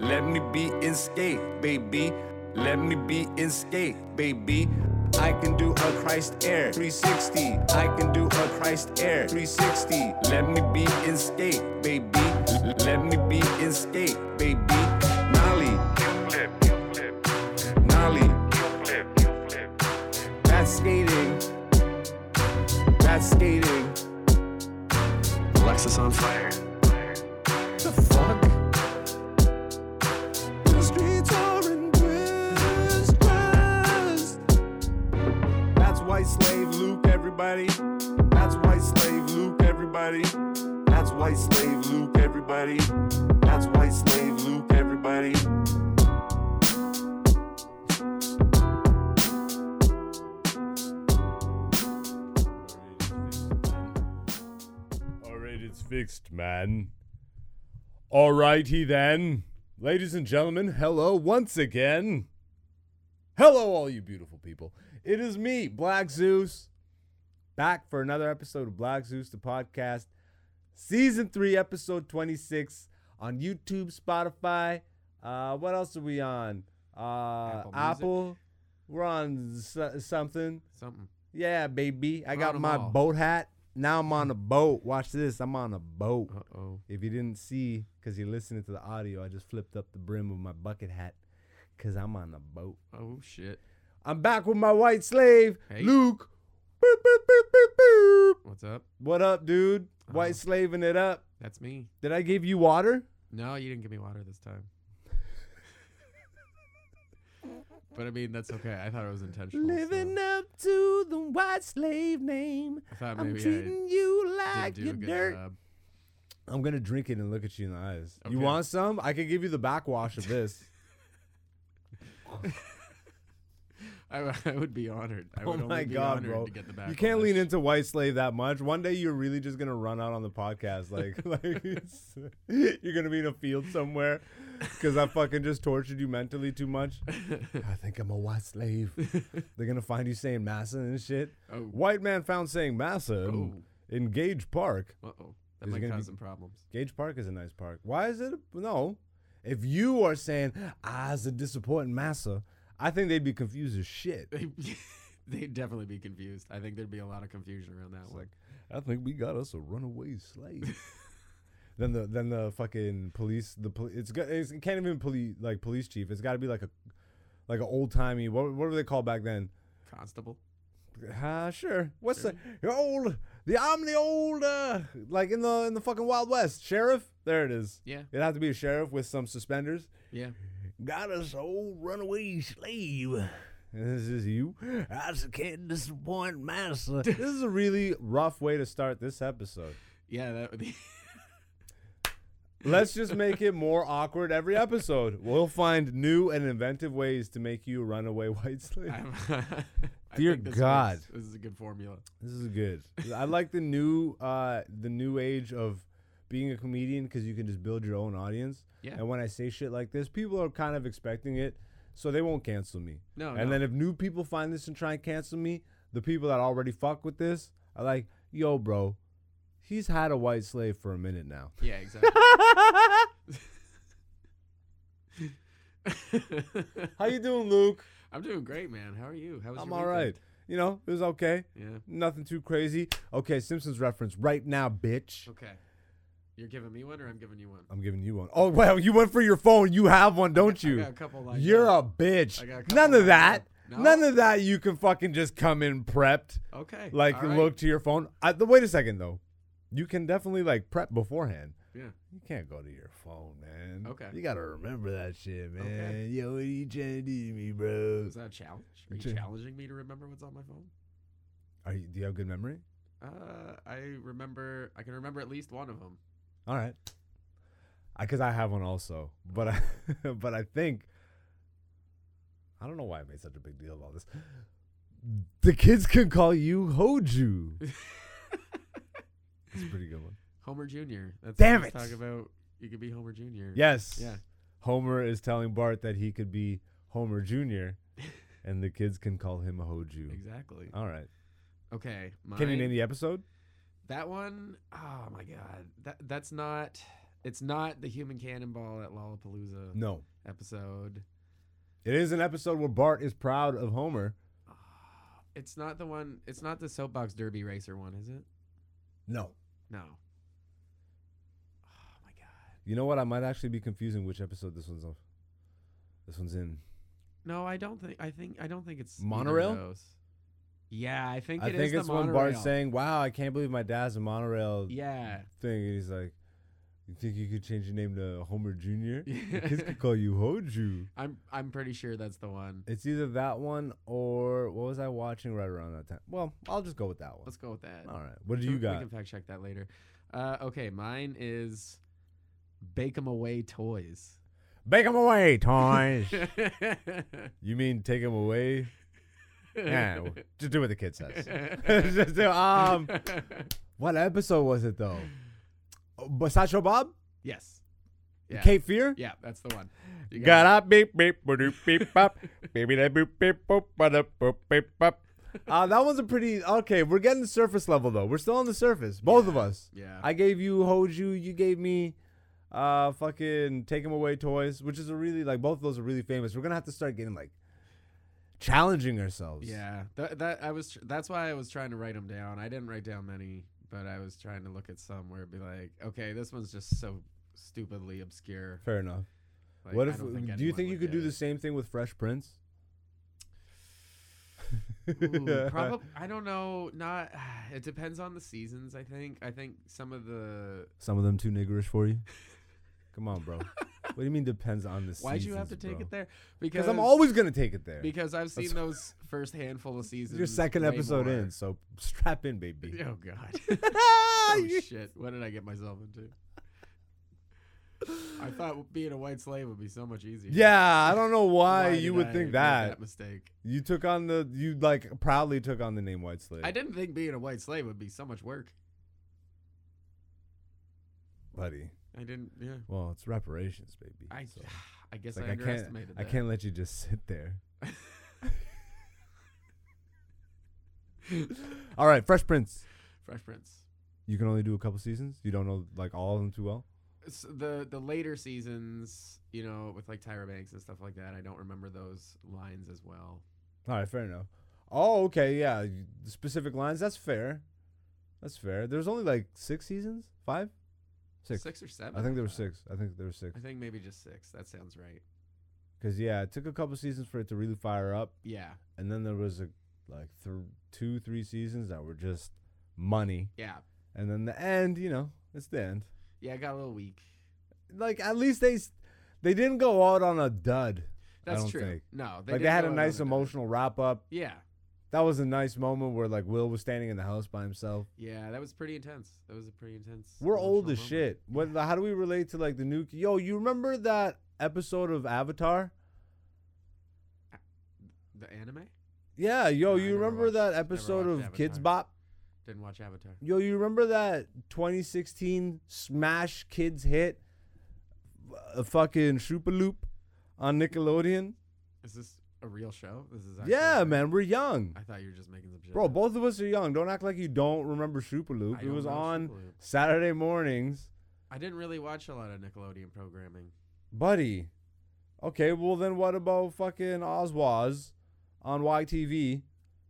Let me be in skate, baby. Let me be in skate, baby. I can do a Christ Air 360. I can do a Christ Air 360. Let me be in skate, baby. Let me be in skate, baby. Nolly, Nolly, that's skating. That's skating. Alexis on fire. The fuck? The streets are in distress. That's white slave Luke, everybody. That's white slave Luke, everybody. That's white slave Luke, everybody. That's white slave Luke, everybody. All right, it's fixed, man. All righty then. Ladies and gentlemen, hello once again. Hello, all you beautiful people. It is me, Black Zeus, back for another episode of Black Zeus, the podcast, season three, episode 26 on YouTube, Spotify. Uh, what else are we on? Uh, Apple Music. Apple. We're on s- something. Something. Yeah, baby. I We're on got 'em my all. boat hat. Now I'm on a boat. Watch this. I'm on a boat. Uh oh. If you didn't see, because you're listening to the audio, I just flipped up the brim of my bucket hat because I'm on a boat. Oh shit. I'm back with my white slave, Hey. Luke. Boop, boop, boop, boop, boop. What's up? What up, dude? White Uh-huh. slaving it up. That's me. Did I give you water? No, you didn't give me water this time. but I mean, that's okay. I thought it was intentional. Living so up to the white slave name. I thought I'm Uh, maybe I treating you didn't like do your a good dirt. job. I'm gonna drink it and look at you in the eyes. Okay. You want some? I could give you the backwash of this. I, w- I would be honored. I oh would my only be god, honored bro! To get the you can't backlash. lean into white slave that much. One day you're really just gonna run out on the podcast. Like, like it's- you're gonna be in a field somewhere because I fucking just tortured you mentally too much. I think I'm a white slave. They're gonna find you saying massa and shit. Oh. White man found saying massa in, Oh. in Gage Park. Uh oh. That Is it might gonna cause be- some problems. Gage Park is a nice park. Why is it? a- no. If you are saying, I's a disappointing massa, I think they'd be confused as shit. They, they'd definitely be confused. I think there'd be a lot of confusion around that It's one. like, I think we got us a runaway slave. then the then the fucking police the poli- it's, go- it's it can't even police like police chief. It's got to be like a like an old timey what what were they called back then? Constable. Uh, sure. What's the the old the I'm the old uh, like in the in the fucking Wild West sheriff. There it is. Yeah. It'd have to be a sheriff with some suspenders. Yeah. Got us old runaway slave. This is you. I just can't disappoint master. this is a really rough way to start this episode. Yeah. That would be. Let's just make it more awkward every episode. We'll find new and inventive ways to make you a runaway white slave. I'm- I Dear think this God. works. This is a good formula. This is good. I like the new uh the new age of being a comedian because you can just build your own audience. Yeah. And when I say shit like this, people are kind of expecting it, so they won't cancel me. No, And Oh, no. then if new people find this and try and cancel me, the people that already fuck with this are like, "Yo, bro, he's had a white slave for a minute now." Yeah, exactly. How you doing, Luke? I'm doing great, man. How are you? How was I'm your all right. weekend? You know, it was okay. Yeah. Nothing too crazy. Okay, Simpsons reference right now, bitch. Okay. You're giving me one, or I'm giving you one. I'm giving you one. Oh well, you went for your phone. You have one, don't I you? got a couple lined You're up. a bitch. I got a couple None of lined that. up. No? None of that. You can fucking just come in prepped. Okay. Like all right. look to your phone. I, the, wait a second though. You can definitely like prep beforehand. Yeah. You can't go to your phone, man. Okay. You gotta remember that shit, man. Okay. Yo, what are you trying to do to me, bro? Is that a challenge? Are you Ch- challenging me to remember what's on my phone? Are you, do you have good memory? Uh, I remember. I can remember at least one of them. All right. Because I, have one also, but I, but I think I don't know why I made such a big deal about this. The kids can call you Hoju. That's a pretty good one. Homer Jr. That's Damn what it. he's Talk about you could be Homer Jr. Yes. Yeah. Homer is telling Bart that he could be Homer Jr. and the kids can call him Hoju. Exactly. All right. Okay. Can you mine- name the episode? That one, oh my god, that that's not It's not the human cannonball at Lollapalooza No. episode. It is an episode where Bart is proud of Homer. Ah, It's not the one. It's not the soapbox derby racer one, is it? No. No. Oh my god. You know what? I might actually be confusing which episode this one's on. This one's in. No, I don't think. I think. I don't think it's either of Monorail? those. Yeah, I think. I it is think the it's when Bart's monorail. saying, "Wow, I can't believe my dad's a monorail Yeah. thing," and he's like, "You think you could change your name to Homer Junior? The kids could call you Hoju." I'm. I'm pretty sure that's the one. It's either that one or what was I watching right around that time? Well, I'll just go with that one. Let's go with that. All right. What do So you We got? can fact check that later. Uh, okay, mine is bake 'em away toys. Bake them away, toys. no. you mean take them away? Yeah, w- just do what the kid says. Just do- um, what episode was it though? Oh, But Sideshow Bob, yes. The Yeah. Cape Fear. Yeah, that's the one. You it. Got up, beep beep boop beep pop, baby that boop beep boop bada boop beep pop. Uh, that was a pretty okay. We're getting surface level though. We're still on the surface, both of us. Yeah. I gave you Hoju, you gave me uh fucking Take 'em Away Toys, which is a really like both of those are really famous. We're gonna have to start getting like challenging ourselves. yeah. That, that I was. Tr- that's why I was trying to write them down. I didn't write down many, but I was trying to look at some where it'd be like, okay, this one's just so stupidly obscure. Fair enough. Like, what I if don't think do you anyone think you would could get do it. the same thing with Fresh Prince? probably. I don't know. Not. It depends on the seasons. I think. I think some of the. Some of them too niggerish for you. Come on, bro. what do you mean depends on the Why'd you have to take it there? Because Because I'm always gonna take it there. Because I've seen That's- those first handful of It's seasons. your second way episode more. in, so strap in, baby. Oh God. oh shit! What did I get myself into? I thought being a white slave would be so much easier. yeah, I don't know why, did you would I think make that. that mistake. You took on the you like proudly took on the name White Slave. I didn't think being a white slave would be so much work. buddy. I didn't. Yeah. Well, it's reparations, baby. I. So, I guess it's like I I can't underestimated I that. can't let you just sit there. All right, Fresh Prince. Fresh Prince. You can only do a couple seasons. You don't know like all of them too well. s the the later seasons, you know, with like Tyra Banks and stuff like that, I don't remember those lines as well. All right, fair enough. Oh, okay, yeah. you- Specific lines. That's fair. That's fair. There's only like six seasons, five, six. or seven. I think there were was six. I think there were six. I think maybe just six. That sounds right. Cause yeah, it took a couple seasons for it to really fire up, Yeah, and then there was a like th- two, three seasons that were just money, yeah, and then the end. You know, it's the end. yeah. I got a little weak. Like at least they s- they didn't go out on a dud. I That's don't true. think. No, like they didn't had go a out nice on dime. emotional wrap up. Yeah, That was a nice moment where like Will was standing in the house by himself. yeah. That was pretty intense. That was a pretty intense. We're old as emotional moment. shit. What? How do we relate to like the new? Yo, you remember that episode of Avatar? The anime Yeah, yo, No, I you never remember watched- that never episode of watched Kids Avatar. Bop? didn't watch Avatar. Yo, you remember that 2016 smash kids hit, uh, fucking Shoopa Loop, on Nickelodeon? Is this a real show? This is actually Yeah, a- man, we're young, I thought you were just making some shit. bro. up. Both of us are young. Don't act like you don't remember Shoopa Loop. I It don't was know on Shoopa Loop. Saturday mornings. I didn't really watch a lot of Nickelodeon programming. buddy. Okay, well then, what about fucking Oswaz on YTV?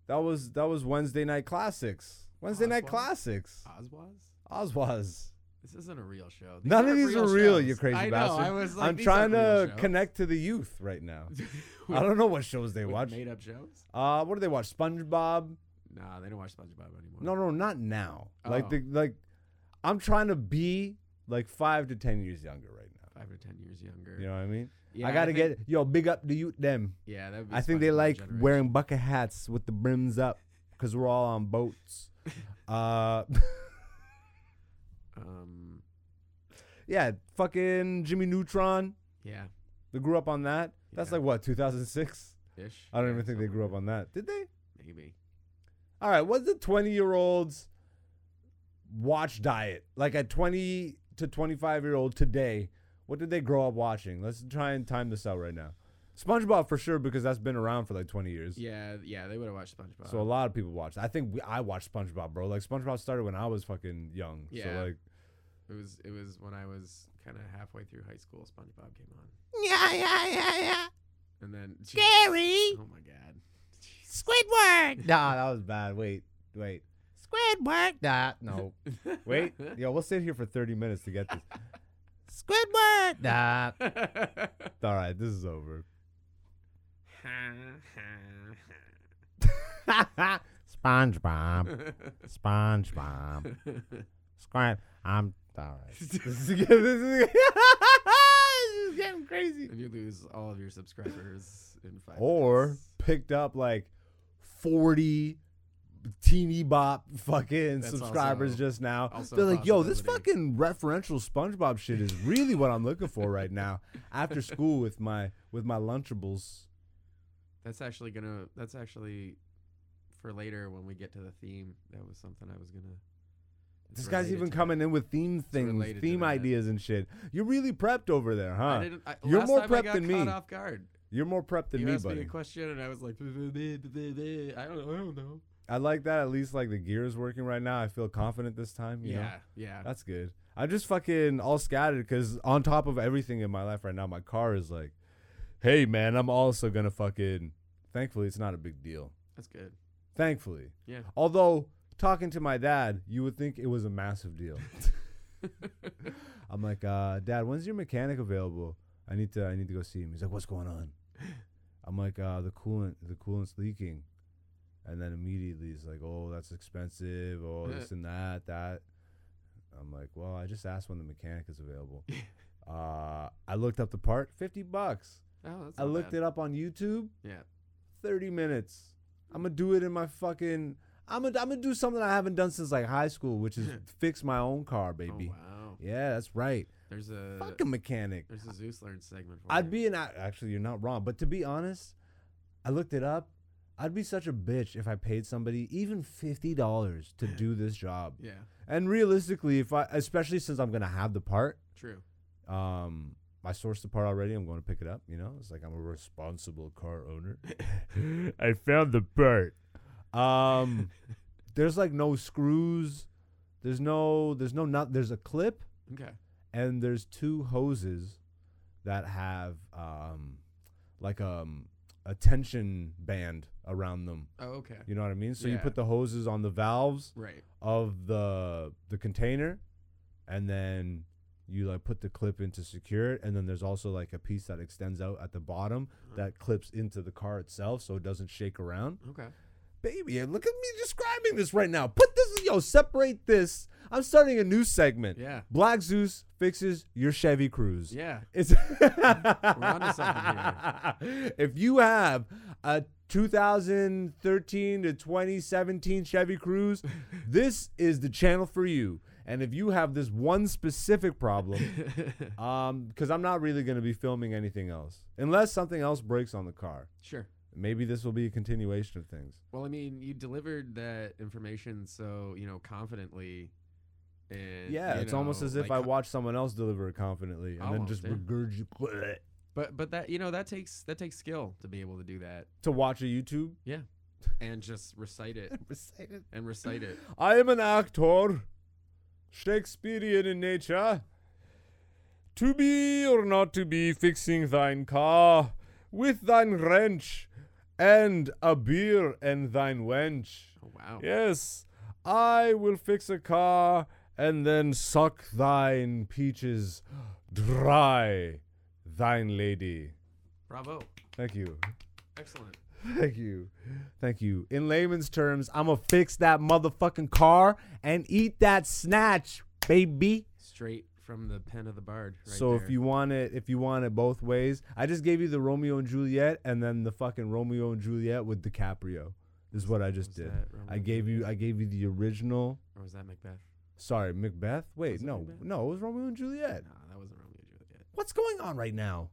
That was that was Wednesday night classics. Wednesday night Oswaz? classics. Oswaz. Oswaz. This isn't a real show. None of these are real, you shows. crazy I know, bastard. I was like, I'm these aren't trying to real shows. connect to the youth right now. With- I don't know what shows they with watch. made-up shows. Uh, what do they watch? SpongeBob? Nah, they don't watch SpongeBob anymore. No, no, not now. Like Oh. the like, I'm trying to be like five to ten years younger right now. five to ten years younger. You know what I mean? Yeah, I gotta think- get yo big up the youth them. Yeah, that. Would be I think they SpongeBob like generation. wearing bucket hats with the brims up because we're all on boats. Uh, Um. yeah, fucking Jimmy Neutron. Yeah. They grew up on that. That's Yeah. like what 2006. Ish. I don't Yeah, even think they something grew up like on that. Did they? that. Maybe. All right, what's the 20 year olds watch diet? Like a 20 to 25 year old today, what did they grow up watching? Let's try and time this out right now. SpongeBob for sure because that's been around for like 20 years. Yeah. Yeah. They would have watched SpongeBob. So a lot of people watched. I think we, I watched SpongeBob, bro. Like SpongeBob started when I was fucking young. Yeah. So like It was it was when I was kind of halfway through high school. SpongeBob came on, Yeah, yeah, yeah, yeah. and then Jesus. Gary! Oh my God. Squidward! Nah, that was bad. Wait, wait. Squidward! Nah, no. Wait, yo, we'll sit here for 30 minutes to get this. Squidward! Nah. All right, this is over. SpongeBob. SpongeBob. Squid. I'm. All right. This is, this is, this is getting crazy. and you lose all of your subscribers in five. Or minutes. picked up like 40 teeny bop fucking That's subscribers also- just now. also They're like, yo, this possibility. fucking referential SpongeBob shit is really what I'm looking for right now after school with my with my Lunchables. that's actually gonna. That's actually for later when we get to the theme. That was something I was gonna. This guy's even coming in with theme things, related to theme that. ideas and shit. You're really prepped over there, huh? I didn't, I, You're last more time prepped I got than caught me. Off guard. You're more prepped than you me, asked me buddy. a question and I was like, "Bleh, bleh, bleh, bleh, bleh, bleh." I don't, I don't know. I like that. At least like the gear is working right now. I feel confident this time. You yeah, know? yeah. that's good. I'm just fucking all scattered because on top of everything in my life right now, my car is like, hey man, I'm also gonna fucking. Thankfully, it's not a big deal. That's good. Thankfully, Yeah. although talking to my dad, you would think it was a massive deal. I'm like, uh, Dad, when's your mechanic available? I need to I need to go see him. He's like, What's going on? I'm like, uh, the coolant the coolant's leaking. And then immediately he's like, Oh, that's expensive, oh this and that, that. I'm like, Well, I just asked when the mechanic is available. uh, I looked up the part, fifty bucks. Oh, that's I looked it up on YouTube, Yeah. thirty minutes. I'm gonna do it in my fucking I'm gonna, I'm gonna do something I haven't done since like high school, which is fix my own car, baby. Oh wow. Yeah, that's right. There's a Fuck a mechanic. there's a Zeus learn segment for I'd you. be an a- actually you're not wrong, but to be honest, I looked it up. I'd be such a bitch if I paid somebody even fifty dollars to do this job. Yeah. And realistically, if I especially since I'm gonna have the part, True. um, I sourced the part already. I'm going to pick it up. You know, it's like I'm a responsible car owner. I found the part. Um, there's like no screws. There's no. There's no. Not. There's a clip Okay. and there's two hoses that have um, like um, a tension band around them. Oh, okay. You know what I mean? So you Yeah. put the hoses on the valves Right. of the the container, and then you like put the clip in to secure it. And then there's also like a piece that extends out at the bottom that clips into the car itself, so it doesn't shake around. Okay. Baby, look at me describing this right now. Put this, yo, separate this. I'm starting a new segment. Yeah. Black Zeus fixes your Chevy Cruise. Yeah. It's onto something If you have a 2013 to 2017 Chevy Cruise, this is the channel for you. And if you have this one specific problem, um, because I'm not really going to be filming anything else unless something else breaks on the car. sure. Maybe this will be a continuation of things. Well, I mean, you delivered that information so you know confidently. And, Yeah, you it's almost know, as if like, I watched someone else deliver it confidently and then Almost, just yeah. regurgitate it. But but that you know that takes that takes skill to be able to do that to watch a YouTube. and just recite it and recite it. I am an actor, Shakespearean in nature. To be or not to be fixing thine car with thine wrench and a beer and thine wench. Oh, wow. Yes, I will fix a car and then suck thine peaches dry, thine lady. Bravo. Thank you. Excellent. Thank you. Thank you. In layman's terms, I'm going to fix that motherfucking car and eat that snatch, baby. Straight from the pen of the bard. Right so if there. you want it, if you want it both ways, I just gave you the Romeo and Juliet and then the fucking Romeo and Juliet with DiCaprio. Is what I just was did. that Romeo I and gave you I gave you the original or was that Macbeth? sorry, Macbeth. Wait, Was it no. Macbeth? No, it was Romeo and Juliet. No, that wasn't Romeo and Juliet. What's going on right now?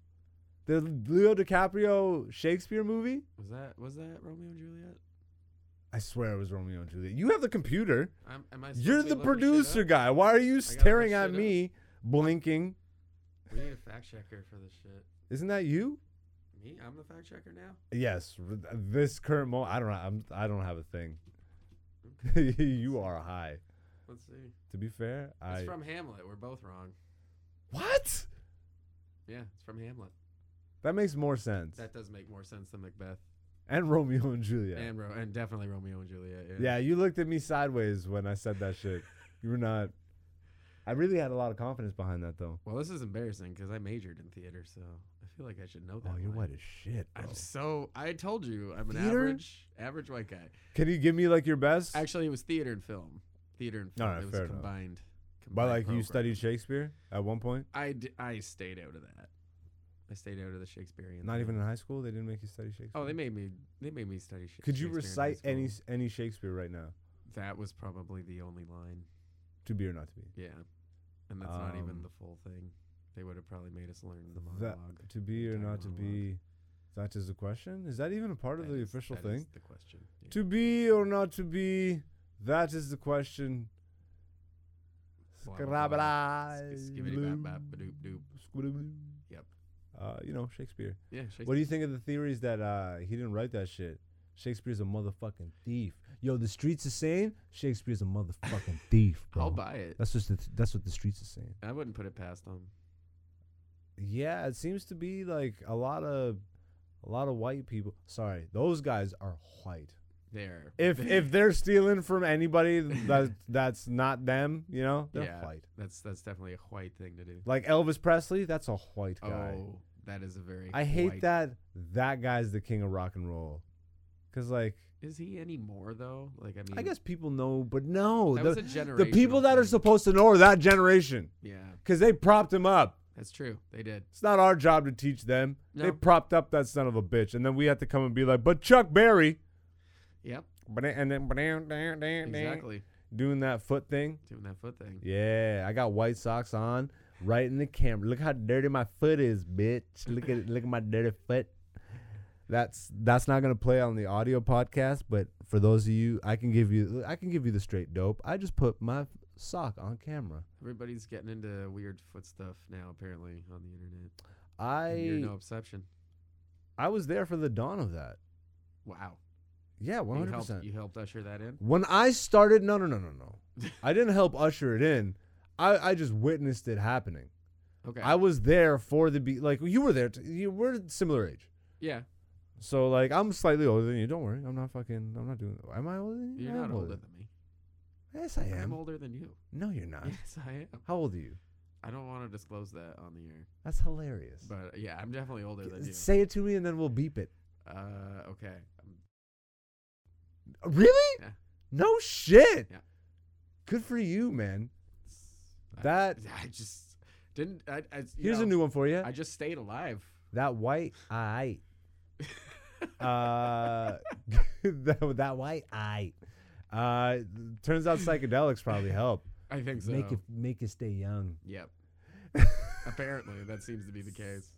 The Leo DiCaprio Shakespeare movie? Was that was that Romeo and Juliet? I swear it was Romeo and Juliet. You have the computer. I'm, am I? supposed You're to be the looking shit producer up? guy. Why are you gotta staring look at shit up. me, blinking? We need a fact checker for this shit. Isn't that you? Me? I'm the fact checker now. Yes. r- This current moment, I don't. know, I'm. I don't have a thing. you are high. Let's see. To be fair, It's I from Hamlet. We're both wrong. what? Yeah, it's from Hamlet. That makes more sense. That does make more sense than Macbeth and Romeo and Juliet. and Ro- and definitely Romeo and Juliet. Yeah. yeah, you looked at me sideways when I said that shit. You were not. I really had a lot of confidence behind that though. Well, this is embarrassing because I majored in theater, so I feel like I should know that. Oh, you're line. white as shit. Bro. I'm so. I told you I'm an Theater? average, average white guy. Can you give me like your best? Actually, it was theater and film. Theater and film. Alright, it was fair enough. combined. combined But like you program. studied Shakespeare at one point? I, d- I stayed out of that. I stayed out of the Shakespearean. Not thing. even in high school, they didn't make you study Shakespeare. Oh, they made me. They made me study Shakespeare. Could you in high recite any school. s- any Shakespeare right now? That was probably the only line. To be or not to be. Yeah, and that's not even Um, the full thing. They would have probably made us learn the That- monologue. to be or Entire not to monologue. be. That is the question. Is that even a part of That the is- official that thing? is the question. yeah. To be or not to be. That is the question. Blah, blah, blah. Sk- skibbity bop, bop, Scribbly. badoop, doop. Yep. Uh, you know Shakespeare. Yeah. Shakespeare. What do you think of the theories that uh, he didn't write that shit? Shakespeare's a motherfucking thief. Yo, the streets are saying Shakespeare's a motherfucking thief, bro. I'll buy it. That's just the th- that's what the streets are saying. I wouldn't put it past them. Yeah, it seems to be like a lot of a lot of white people. Sorry, those guys are white. There. If if they're stealing from anybody that that's not them, you know, they're Yeah. white. That's that's definitely a white thing to do. Like Elvis Presley, that's a white guy. Oh, that is a very. I hate white- that that guy's the king of rock and roll. Cuz like Is he any more though? Like I mean, I guess people know, but no, Mm. that was the, a generational the people that are thing. supposed to know are that generation Yeah, cuz they propped him up. that's true. They did. It's not our job to teach them. They No. propped up that son of a bitch and then we had to come and be like, "But Chuck Berry." Yep. But and then Exactly. doing that foot thing. Doing that foot thing. Yeah, I got white socks on right in the camera. Look how dirty my foot is, bitch. Look at look at my dirty foot. That's that's not gonna play on the audio podcast, but for those of you, I can give you I can give you the straight dope. I just put my sock on camera. Everybody's getting into weird foot stuff now, apparently, on the internet. And You're I no exception. I was there for the dawn of that. Wow. Yeah, one You hundred helped, percent. you helped usher that in. When I started, no, no, no, no, no. I didn't help usher it in. I, I just witnessed it happening. Okay. I was there for the be like you were there. T- you were similar age. yeah. So like I'm slightly older than you. Don't worry. I'm not fucking. I'm not doing. Am I older than you? You're I am not older than me. Yes, I I'm am. older than you. No, you're not. Yes, I am. How old are you? I don't want to disclose that on the air, That's hilarious. but yeah, I'm definitely older than you. Say it to me and then we'll beep it. Uh, okay. Um, Really? Yeah. No shit. Yeah. Good for you, man. s- I- That- I, just didn't. I, I, you Here's a know, new one for you. I just stayed alive. that white eye. Uh, that, that white eye. Uh, turns out psychedelics probably help. I think so. Make it make it stay young. Yep. Apparently, that seems to be the case.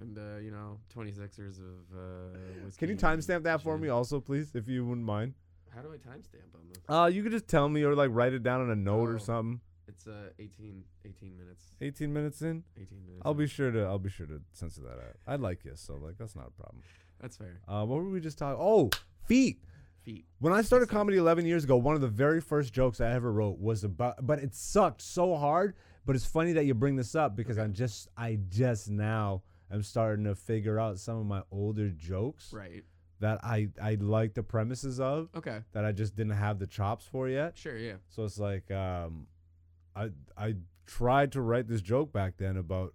And uh, you know, 26ers of uh, whiskey. Can you and timestamp that for gin. me also, please, if you wouldn't mind? How do I timestamp on this? Uh, you could just tell me or like write it down on a note Oh. or something. It's uh 18, 18 minutes. 18 minutes in, 18 minutes. I'll in. be sure to I'll be sure to censor that out. I like you, so like that's not a problem. That's fair. Uh, what were we just talking? Oh, feet. Feet. When I started comedy 11 years ago, one of the very first jokes I ever wrote was about, but it sucked so hard. But it's funny that you bring this up because I'm just I just now am starting to figure out some of my older jokes Right. that I I like the premises of. Okay. that I just didn't have the chops for yet. Sure. Yeah. So it's like um, I I tried to write this joke back then about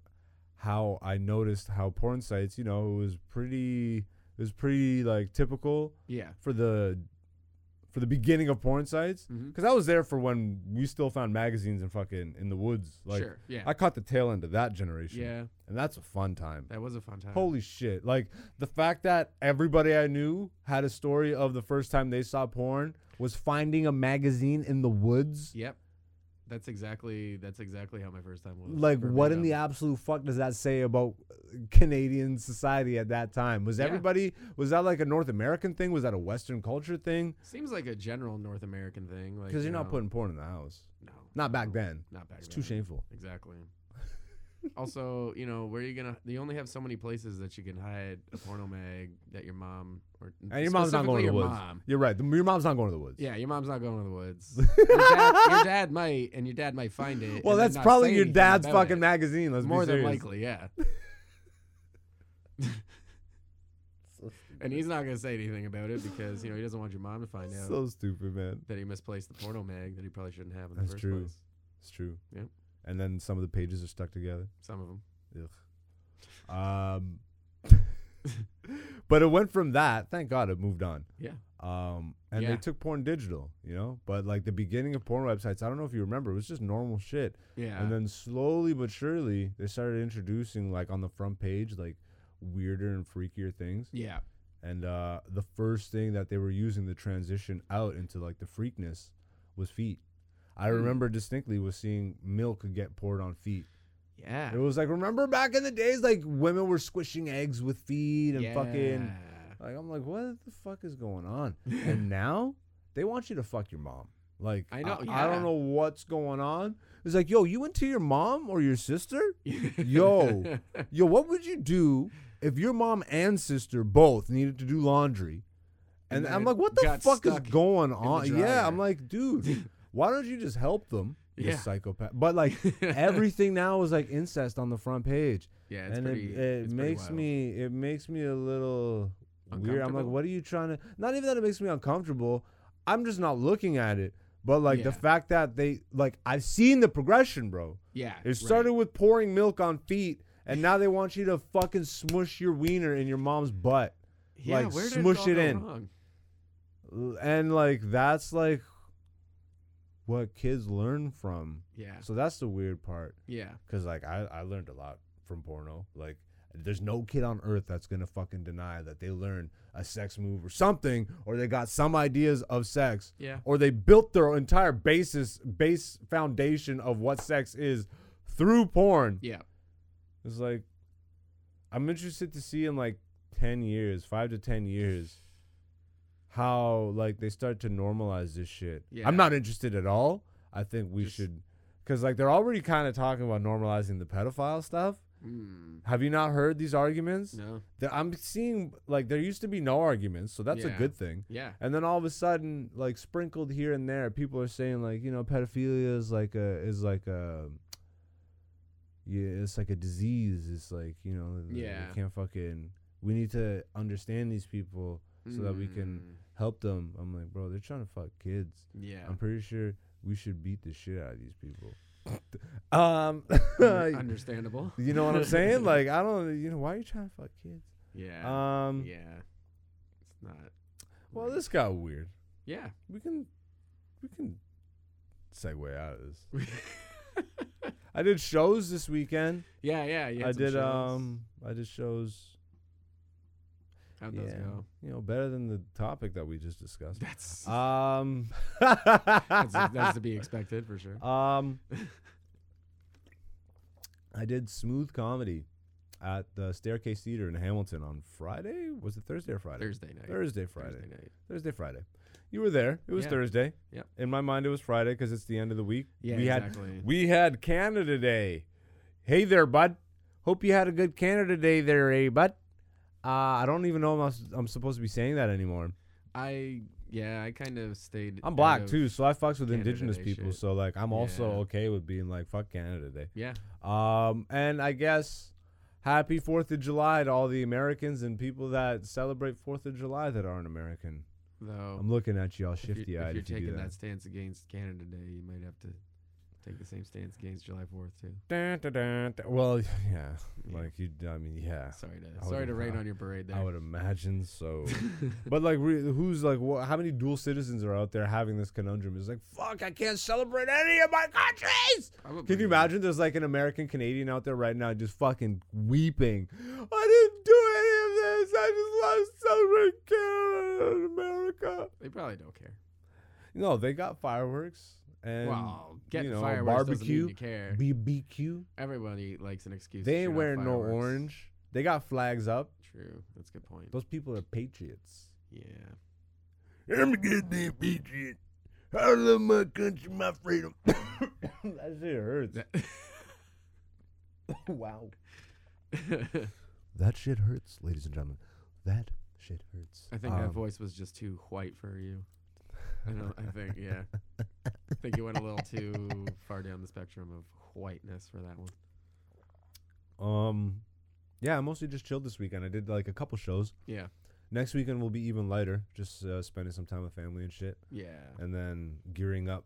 how I noticed how porn sites, you know, it was pretty it was pretty like typical Yeah. for the for the beginning of porn sites Mhm. because I was there for when we still found magazines and fucking in the woods. Like sure. Yeah. I caught the tail end of that generation. yeah. and that's a fun time. That was a fun time. Holy shit. Like the fact that everybody I knew had a story of the first time they saw porn was finding a magazine in the woods. Yep. That's exactly. That's exactly how my first time was. Like what in the verbatim. absolute fuck does that say about Canadian society at that time? Was Yeah. everybody was that like a North American thing? Was that a Western culture thing? Seems like a general North American thing. Like Because you're not know, putting porn in the house. No. Not back no, then. Not back. It's too then. shameful. Exactly. also, you know, where are you gonna? You only have so many places that you can hide a porno mag that your mom or And your mom's not going specifically to the your woods. mom. You're right. The, your mom's not going to the woods. Yeah, your mom's not going to the woods. your, dad, your dad might, and your dad might find it. and Well, then that's not probably say your anything dad's about fucking it. magazine. Let's More be than serious. likely, yeah. and he's not gonna say anything about it because you know he doesn't want your mom to find out So stupid, man. that he misplaced the porno mag that he probably shouldn't have in That's the first true. place. It's true. Yep. And then some of the pages are stuck together. Some of them. Ugh. Um, but it went from that. Thank God it moved on. Yeah. Um, and they Yeah. took porn digital, you know. But like the beginning of porn websites, I don't know if you remember, it was just normal shit. Yeah. And then slowly but surely, they started introducing like on the front page like weirder and freakier things. yeah. And uh, the first thing that they were using to transition out into like the freakness was feet. Hmm. I remember distinctly was seeing milk get poured on feet. Yeah. It was like remember back in the days, like women were squishing eggs with feet and yeah. fucking like I'm like, what the fuck is going on? and now they want you to fuck your mom. Like I know, I, I yeah. don't know what's going on. It's like, yo, you went to your mom or your sister? Yo. Yo, what would you do if your mom and sister both needed to do laundry? And And, then I'm it like, what the got fuck is stuck going on? Yeah, I'm dryer. like, dude, why don't you just help them? You Yeah. psychopath. But like everything now is like incest on the front page. yeah, it's and pretty. it, it it's pretty makes wild. me it makes me a little weird. I'm like, Uncomfortable? what are you trying to not even that it makes me uncomfortable. I'm just not looking at it. But like Yeah. the fact that they like I've seen the progression, bro. Yeah. It started with pouring milk on feet, and now they want you to fucking smush your wiener in your mom's butt. right. yeah, like, where did smush all it go in. wrong? L- And like that's like what kids learn from. Yeah. So that's the weird part. Yeah. Cause like I, I learned a lot from porno. Like there's no kid on earth that's gonna fucking deny that they learned a sex move or something, or they got some ideas of sex, Yeah. or they built their entire basis base foundation of what sex is through porn. Yeah. It's like I'm interested to see in like ten years, five to ten years, how like they start to normalize this shit. Yeah. I'm not interested at all. I think we Just- should, because like they're already kind of talking about normalizing the pedophile stuff. Mm. Have you not heard these arguments? No. That- I'm seeing like there used to be no arguments, so that's Yeah. a good thing. Yeah. And then all of a sudden, like sprinkled here and there, people are saying like, you know, pedophilia is like a is like a yeah, it's like a disease. It's like you know, Yeah. we can't fucking. We need to understand these people so that we can Mm. help them. I'm like, bro, they're trying to fuck kids. Yeah. I'm pretty sure we should beat the shit out of these people. um, Under- understandable. you know what I'm saying? Like, I don't. You know, why are you trying to fuck kids? Yeah. Um, yeah. It's not. well, right. this got weird. Yeah. we can we can segue out of this. I did shows this weekend. yeah. Yeah. You had I some did shows. um I did shows. How'd those yeah, go? You know, better than the topic that we just discussed. That's um that's, that's to be expected for sure. Um I did smooth comedy at the Staircase Theater in Hamilton on Friday. Was it Thursday or Friday? Thursday night. Thursday, Friday. Thursday night. Thursday, Friday. You were there. It was Yeah. Thursday. Yep. In my mind, it was Friday because it's the end of the week. Yeah. We had exactly. we had Canada Day. Hey there, bud. Hope you had a good Canada Day there, eh, bud. Uh, I don't even know if I'm- I'm supposed to be saying that anymore. I yeah. I kind of stayed. I'm out black of- too, so I fucks with Canada Indigenous Day people. shit. So like, I'm also Yeah. okay with being like, fuck Canada Day. Yeah. Um, and I guess happy Fourth of July to all the Americans and people that celebrate Fourth of July that aren't American. Though. I'm looking at y'all Oh. if you're, shifty if eyed you're if, you taking do that. that. stance against Canada Day, you might have to take the same stance against July Fourth too. Dun, dun, dun, dun. Well, yeah, Yeah. like you. I mean, yeah. Sorry to I sorry would- to rain I- on your parade I there. would imagine so. but like, re- who's like, wha how many dual citizens are out there having this conundrum? It's like, fuck, I can't celebrate any of my countries. Probably, Can you imagine? There's like an American Canadian out there right now just fucking weeping. I didn't do any of this. I just love celebrating Canada and America. They probably don't care. No, they got fireworks and Well, getting you know, fireworks doesn't barbecue, mean you care. BBQ. Everybody likes an excuse. to They shoot ain't off wearing no fireworks. orange. They got flags up. True, that's a good point. Those people are patriots. Yeah, I'm a goddamn patriot. I love my country, my freedom. that shit hurts. That- wow. That shit hurts, ladies and gentlemen. That shit hurts. I think Um, that voice was just too white for you. I, don't, I think, yeah. I think you went a little too far down the spectrum of whiteness for that one. Um, yeah, I mostly just chilled this weekend. I did like a couple shows. Yeah. Next weekend will be even lighter. Just uh, spending some time with family and shit, Yeah. and then gearing up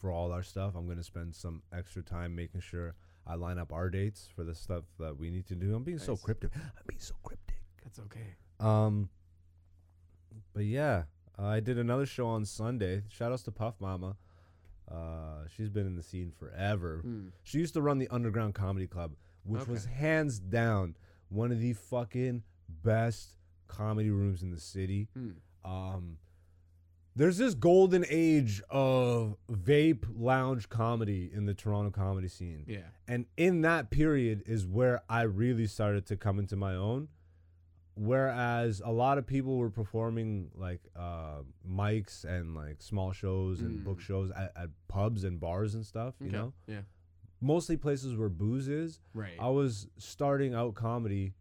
for all our stuff. I'm gonna spend some extra time making sure I line up our dates for the stuff that we need to do. I'm being so Nice. cryptic. I'm being so cryptic. That's okay. Um, but yeah, I did another show on Sunday. Shout outs to Puff Mama. Uh, she's been in the scene forever. Mm. She used to run the Underground Comedy Club, which was hands down one of the fucking best comedy rooms in the city. Mm. Um, there's this golden age of vape lounge comedy in the Toronto comedy scene. Yeah. And in that period is where I really started to come into my own. Whereas a lot of people were performing like uh, mics and like small shows and book Mm. shows at, at pubs and bars and stuff, you Okay. know, Yeah. mostly places where booze is. Right. I was starting out comedy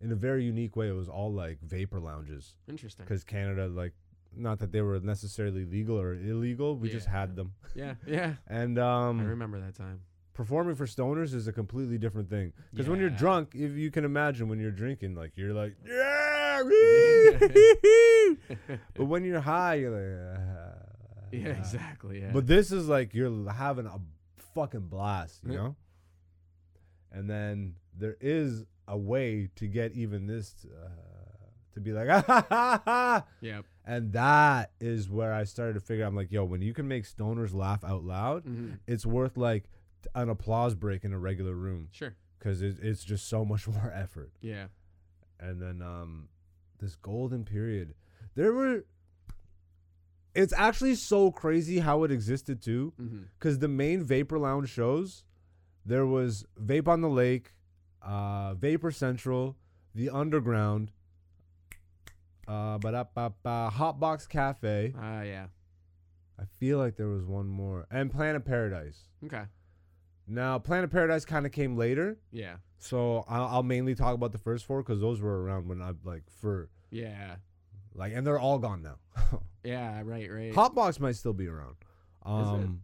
in a very unique way. It was all like vapor lounges Interesting. because Canada, like, not that they were necessarily legal or illegal, we just Yeah. had them. Yeah. Yeah. And I um, remember that time. performing for stoners is a completely different thing. Because when you're Yeah. drunk, if you can imagine when you're drinking, like you're like, yeah, but when you're high, you're like, "Ah." yeah. Exactly. Yeah. But this is like you're having a fucking blast, you Yeah. know. And then there is a way to get even this uh, to be like, ah, ha, ha, ha. Yep. and that is where I started to figure. out, I'm like, yo, when you can make stoners laugh out loud, Mhm. it's worth like an applause break in a regular room Sure. because it, it's just so much more effort. Yeah. And then um, this golden period, there were. It's actually so crazy how it existed too, hmm because the main Vapor Lounge shows, there was Vape on the Lake, uh, Vapor Central, The Underground, uh, ba-da-ba-ba, Hotbox Cafe. Ah. yeah. I feel like there was one more, and Planet Paradise. Okay. Now, Planet Paradise kind of came later, Yeah. so I'll, I'll mainly talk about the first four because those were around when I like for Yeah. like, and they're all gone now. Yeah. Right. Right. Hotbox might still be around. Um,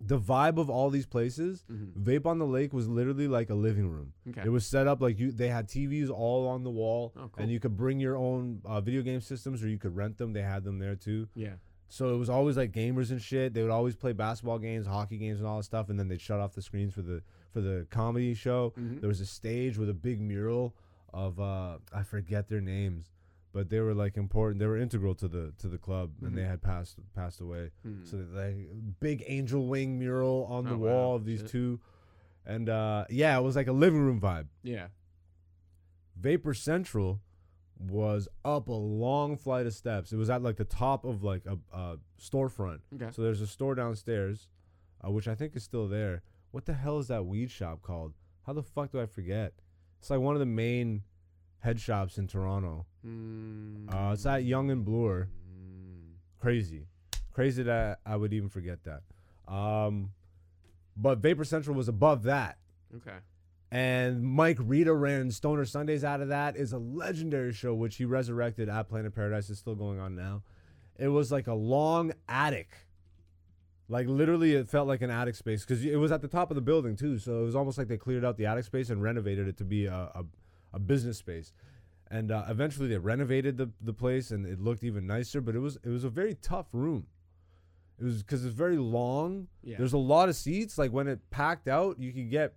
the vibe of all these places, Mhm. Vape on the Lake was literally like a living room. Okay. It was set up like you. They had TVs all on the wall, Oh, cool. and you could bring your own uh, video game systems or you could rent them. They had them there too. yeah. So it was always like gamers and shit. They would always play basketball games, hockey games, and all that stuff. And then they'd shut off the screens for the for the comedy show. Mhm. There was a stage with a big mural of uh, I forget their names, but they were like important. They were integral to the to the club, and Mm-hmm. they had passed passed away. Hmm. So that like big angel wing mural on the Oh, wow. wall of these Shit. two, and uh, yeah, it was like a living room vibe. Yeah. Vapor Central was up a long flight of steps. It was at like the top of like a, a storefront. Okay. So there's a store downstairs, uh, which I think is still there. What the hell is that weed shop called? How the fuck do I forget? It's like one of the main head shops in Toronto. Mm. Uh, it's at Young and Bloor. Mm. Crazy, crazy that I would even forget that. Um, but Vapor Central was above that Okay. and Mike Rita ran Stoner Sundays out of that is a legendary show which he resurrected at Planet Paradise is still going on now. It was like a long attic. Like literally it felt like an attic space cuz it was at the top of the building too, so it was almost like they cleared out the attic space and renovated it to be a a, a business space. And uh, eventually they renovated the the place and it looked even nicer, but it was it was a very tough room. It was cuz it's very long. Yeah. There's a lot of seats like when it packed out, you could get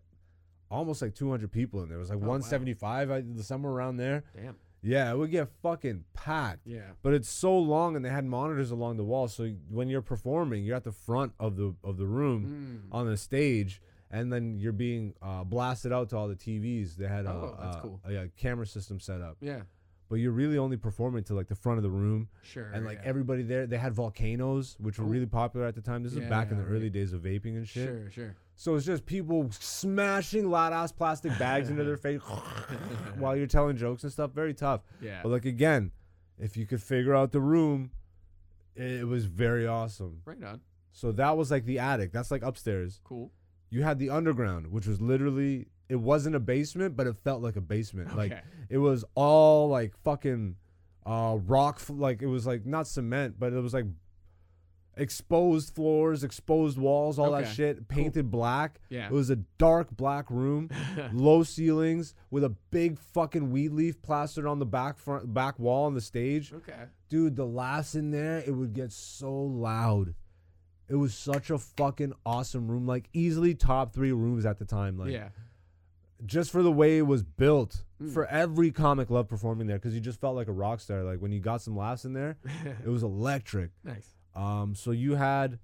almost like 200 people in there. It was like Oh, wow. 175 I somewhere around there. Damn. Yeah, it would get fucking packed. Yeah. But it's so long, and they had monitors along the wall. So when you're performing, you're at the front of the of the Mm. room on the stage, and then you're being uh, blasted out to all the TVs. They had a, Oh, that's a- cool. a, a camera system set up, Yeah. but you're really only performing to like the front of the room, Sure. and like yeah. everybody there. They had volcanoes, which were really popular at the time. This is Yeah, back in the yeah, early right. days of vaping and shit. Sure. Sure. So it's just people smashing loud ass plastic bags into their face while you're telling jokes and stuff. Very tough. Yeah. But like again, if you could figure out the room, it was very awesome. Right on. So that was like the attic. That's like upstairs. Cool. you had the underground, which was literally it wasn't a basement, but it felt like a basement. Like Okay. it was all like fucking uh rock f- like it was like not cement, but it was like exposed floors, exposed walls, all that Okay. shit, painted black. Yeah. It was a dark black room, low ceilings with a big fucking weed leaf plastered on the back front back wall on the stage Okay. dude the laughs in there it would get so loud it was such a fucking awesome room like easily top three rooms at the time like yeah. Hmm. just for the way it was built for every comic loved performing there because you just felt like a rock star like when you got some laughs in there it was electric Nice. um so you had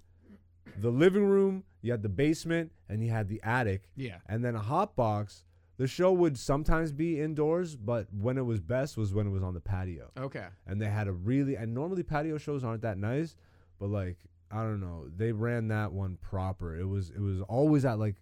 the living room you had the basement and you had the attic Yeah. and then a hot box the show would sometimes be indoors but when it was best was when it was on the patio Okay. and they had a really and normally patio shows aren't that nice, but like I don't know, they ran that one proper. It was it was always at like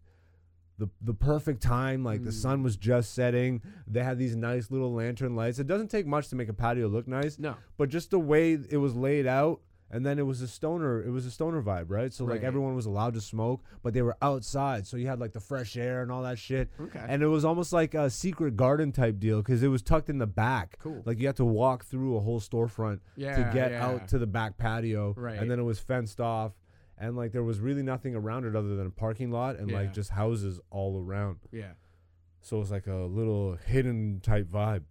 the the perfect time, like the sun was just setting. They had these nice little lantern lights. It doesn't take much to make a patio look nice. No. But just the way it was laid out and then it was a stoner it was a stoner vibe, right? So like Right. everyone was allowed to smoke, but they were outside. So you had like the fresh air and all that shit. Okay. And it was almost like a secret garden type deal cuz it was tucked in the back. Cool. Like you had to walk through a whole storefront to Yeah, get yeah. out to the back patio. Right. And then it was fenced off. And like there was really nothing around it other than a parking lot and Yeah. like just houses all around. Yeah. So it was like a little hidden type vibe.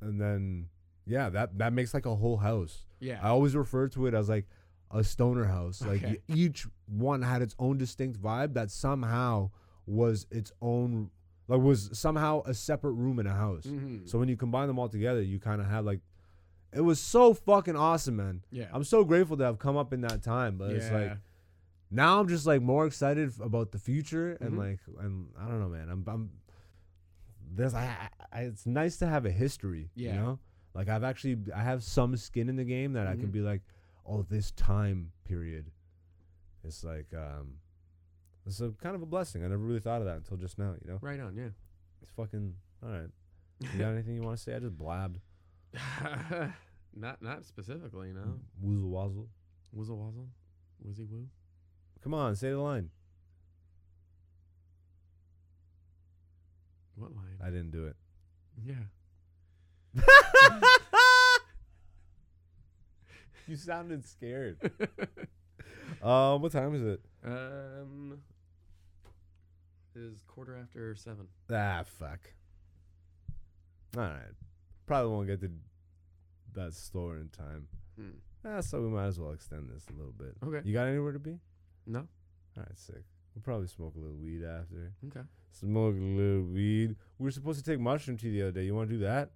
And then yeah, that that makes like a whole house. Yeah. I always refer to it as like a stoner house. Like Okay. y- each one had its own distinct vibe that somehow was its own like was somehow a separate room in a house. Mhm. So when you combine them all together, you kind of had like it was so fucking awesome, man. Yeah. I'm so grateful to have come up in that time, but it's like Yeah. now I'm just like more excited f- about the future and like and I don't know, man. I'm I'm there's I, I it's nice to have a history, Yeah. you know? Like I've actually I have some skin in the game that I can be like, "Oh, this time period." It's like um it's a kind of a blessing. I never really thought of that until just now, you know. Right on. Yeah. It's fucking all right. You got anything you want to say? I just blabbed. not not specifically. No. Woozle wazzle. Mm-hmm. Wizzle wazzle. Wizzy woo. Come on, say the line. What line? I didn't do it. Yeah. You sounded scared. um, what time is it? Um. it Is quarter after seven. Ah, fuck. All right. Probably won't get to that store in time. Hmm. Ah, so we might as well extend this a little bit. Okay. You got anywhere to be? No. All right, sick. We'll probably smoke a little weed after. Okay. Smoke a little weed. We were supposed to take mushroom tea the other day. You want to do that?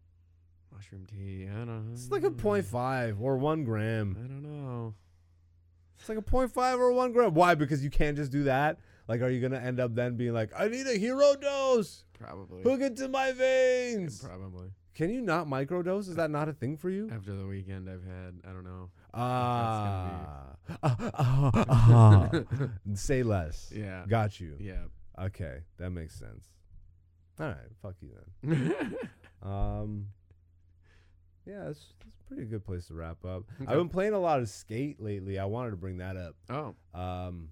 Mushroom tea. I don't know. It's like a Mm. point five or one I gram. don't know. It's like a point five or one gram. Why? Because you can't just do that. Like, are you gonna end up then being like, I need a hero dose? Probably. Hook it to my veins. Probably. Can you not microdose? Is that not a thing for you? After the weekend I've had, I don't know. Ah. Ah, ah, ah. Say less. Yeah. Got you. Yeah. Okay, that makes sense. All right, fuck you then. Um, yeah, it's, it's a pretty good place to wrap up. I've Okay. been playing a lot of skate lately. I wanted to bring that up. oh. Um,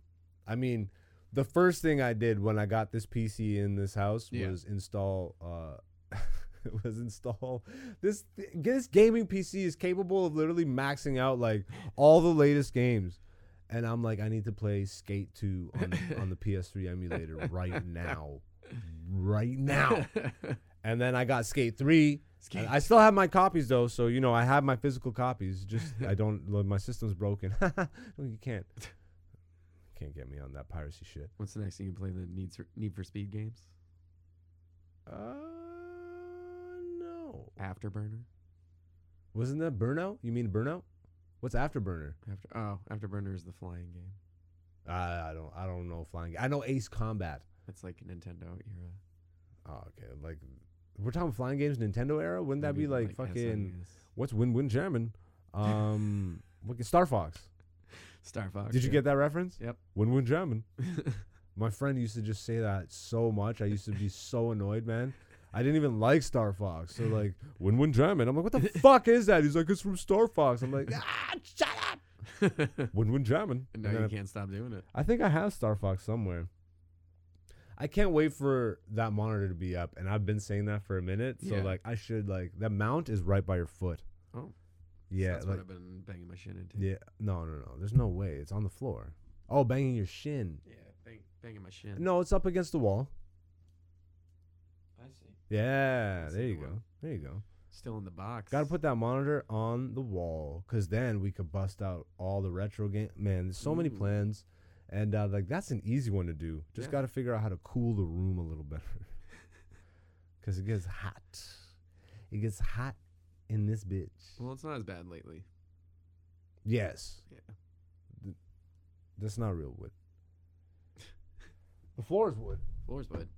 I mean, the first thing I did when I got this PC in this house Yeah. was install. Uh, was install this this gaming PC is capable of literally maxing out like all the latest games. And I'm like, I need to play Skate 2 on, on the PS3 emulator right now. Right now. And then I got Skate 3. And I still have my copies though, so you know I have my physical copies. Just I don't. My system's broken. No, you can't. Can't get me on that piracy shit. What's the next thing you play? The Need for, Need for Speed games? Uh, no. Afterburner? Wasn't that burnout? You mean burnout? What's afterburner? After Oh, Afterburner is the flying game. I I don't. I don't know flying. I know Ace Combat. That's like Nintendo era. Oh, okay. Like we're talking flying games, Nintendo era. Wouldn't that Maybe be like, E. fucking SNES. what's Win Win German? Um, fucking Star Fox. Star Fox. Did you yeah. get that reference? Yep. Win Win German. My friend used to just say that so much. I used to be so annoyed, man. I didn't even like Star Fox. So like Win Win German. I'm like, what the fuck is that? He's like, it's from Star Fox. I'm like, ah, shut up. Win Win German. And now And you then I- can't stop doing it. I think I have Star Fox somewhere. I can't wait for that monitor to be up, and I've been saying that for a minute. So Yeah. like, I should like that mount is right by your foot. Oh. yeah, That's like, what I've been banging my shin into. yeah. No, no, no. There's no way. It's on the floor. Oh, banging your shin. Yeah, bang, banging my shin. No, it's up against the wall. I see. Yeah, That's there the you one. go. There you go. Still in the box. Got to put that monitor on the wall because then we could bust out all the retro game. Man, there's so many Ooh. plans, and uh, like that's an easy one to do. Just Mm. Yeah. got to figure out how to cool the room a little better because it gets hot. It gets hot in this bitch. Well, it's not as bad lately. Yes, Yeah. that's not real wood. the floor is wood. Floor's wood.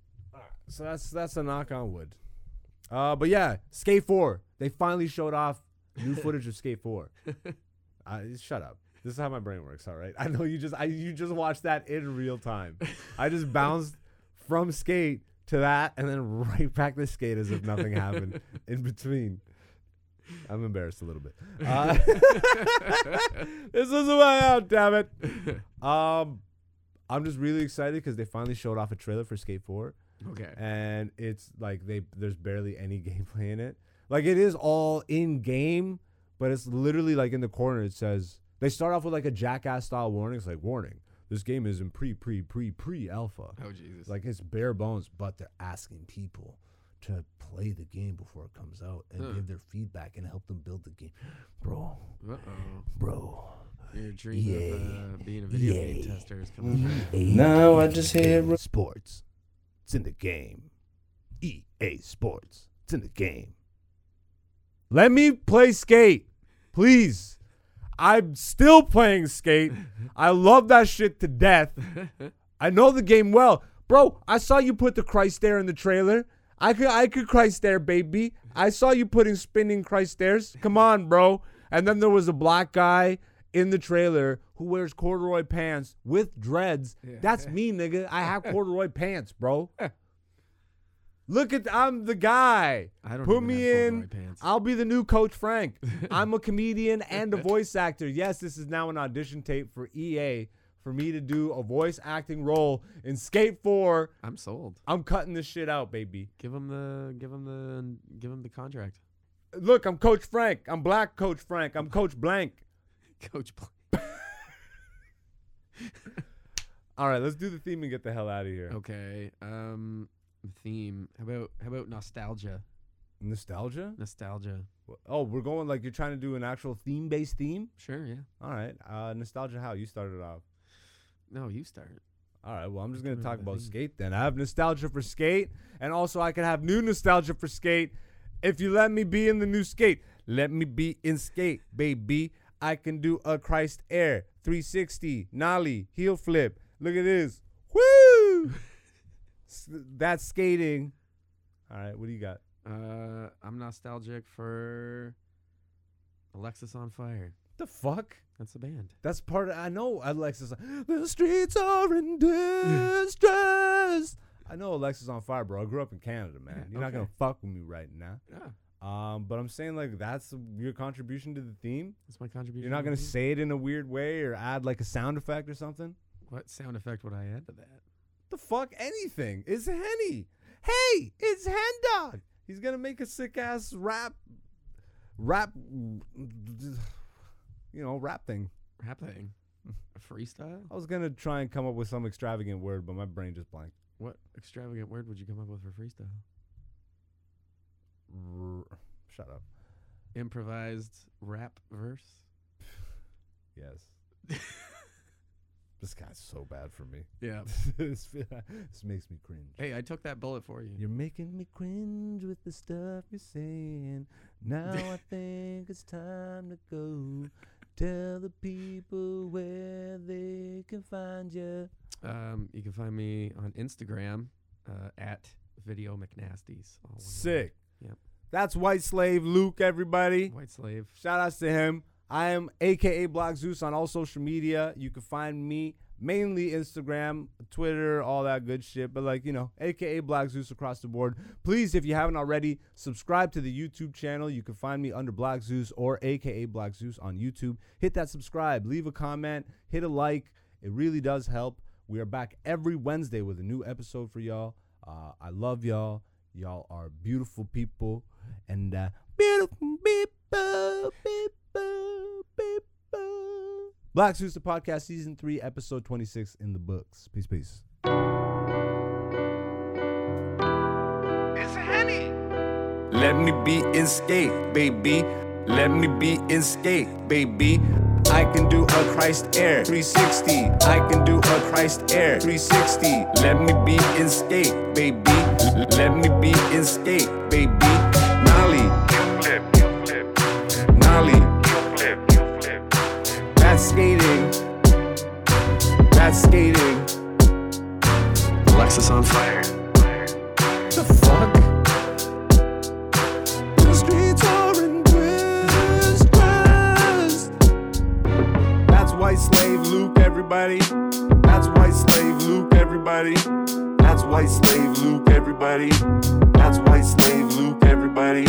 So that's that's a knock on wood. Uh, but yeah, Skate Four. They finally showed off new footage of Skate Four. I shut up. This is how my brain works. All right. I know you just I you just watched that in real time. I just bounced from Skate to that and then right back to Skate as if nothing happened in between. I'm embarrassed a little bit. Uh, this is a way out, damn it. Um, I'm just really excited because they finally showed off a trailer for Skate Four Okay. and it's like they there's barely any gameplay in it. Like it is all in game, but it's literally like in the corner. It says they start off with like a jackass style warning. It's like warning: this game is in pre pre pre pre alpha. Oh Jesus. It's like it's bare bones, but they're asking people to play the game before it comes out and Huh. give their feedback and help them build the game, bro, Uh oh. bro. Your dream of uh, being a video game tester is coming true. Now I just hear E sports. It's in the game. EA Sports. It's in the game. Let me play skate, please. I'm still playing skate. I love that shit to death. I know the game well, bro. I saw you put the Christ there in the trailer. I could, I could Christ there, baby. I saw you putting spinning Christ stairs. Come on, bro. And then there was a black guy in the trailer who wears corduroy pants with dreads. That's me, nigga. I have corduroy pants, bro. Look at I'm the guy. I don't Put even me have in. corduroy pants. I'll be the new Coach Frank. I'm a comedian and a voice actor. Yes, this is now an audition tape for EA for me to do a voice acting role in Skate 4. I'm sold. I'm cutting this shit out, baby. Give him the give him the give him the contract. Look, I'm Coach Frank. I'm Black Coach Frank. I'm Coach Blank. Coach. Blank. All right, let's do the theme and get the hell out of here. Oh. Okay. Um theme. How about how about nostalgia? Nostalgia? Nostalgia. Oh, we're going like you're trying to do an actual theme based theme? Sure, yeah. All right. Uh, nostalgia, how? You started off. No, you start. All right, well, I'm just Let's going do to talk another about thing. skate then. I have nostalgia for skate, and also I can have new nostalgia for skate if you let me be in the new skate. Let me be in skate, baby. I can do a Christ Air 360, Nollie, heel flip. Look at this. Woo! S- That's skating. All right, what do you got? Uh I'm nostalgic for Alexis on Fire. The fuck? That's a band. That's part of, I know Alexis. The streets are in distress. I know Alexis on fire, bro. I grew up in Canada, man. Yeah, You're not okay. gonna fuck with me right now. Yeah. Um, but I'm saying like that's your contribution to the theme. That's my contribution. You're not to gonna the theme. say it in a weird way or add like a sound effect or something. what sound effect would I add to that? The fuck anything. It's Henny. Hey, it's Hen Dog. He's gonna make a sick ass rap, rap, you know, rap thing. Rap thing. A freestyle? I was gonna try and come up with some extravagant word, but my brain just blanked. What extravagant word would you come up with for freestyle? R- Shut up. Improvised rap verse? Yes. this guy's so bad for me. Yeah. this, this makes me cringe. Hey, I took that bullet for you. You're making me cringe with the stuff you're saying. Now I think it's time to go. Tell the people where they can find you. Um, you can find me on Instagram uh, at video McNasties. all one word. Sick. Yep. That's White Slave Luke, everybody. White slave. Shout outs to him. I am AKA Block Zeus on all social media. You can find me mainly Instagram, Twitter, all that good shit. But like, you know, AKA Block Zeus across the board. Please, if you haven't already, subscribe to the YouTube channel. You can find me under Block Zeus or AKA Block Zeus on YouTube. Hit that subscribe, leave a comment, hit a like. It really does help. We are back every Wednesday with a new episode for y'all. Uh, I love y'all. Y'all are beautiful people. And uh, beautiful people, people, people. Black Suits the Podcast, Season 3, Episode 26 in the books. Peace, peace. It's a Henny. Let me be in skate, baby. Let me be in skate, baby. I can do a Christ Air 360. I can do a Christ Air 360. Let me be in skate, baby. L- Let me be in skate, baby. Nolly, Q-flip, Q-flip, Nolly, Q-flip, Q-flip. that's skating. That's skating. Alexa's on fire. The fuck? The streets are in distress. That's white slave Luke, everybody. That's white slave Luke, everybody. That's white slave Luke, everybody. That's white slave Luke, everybody.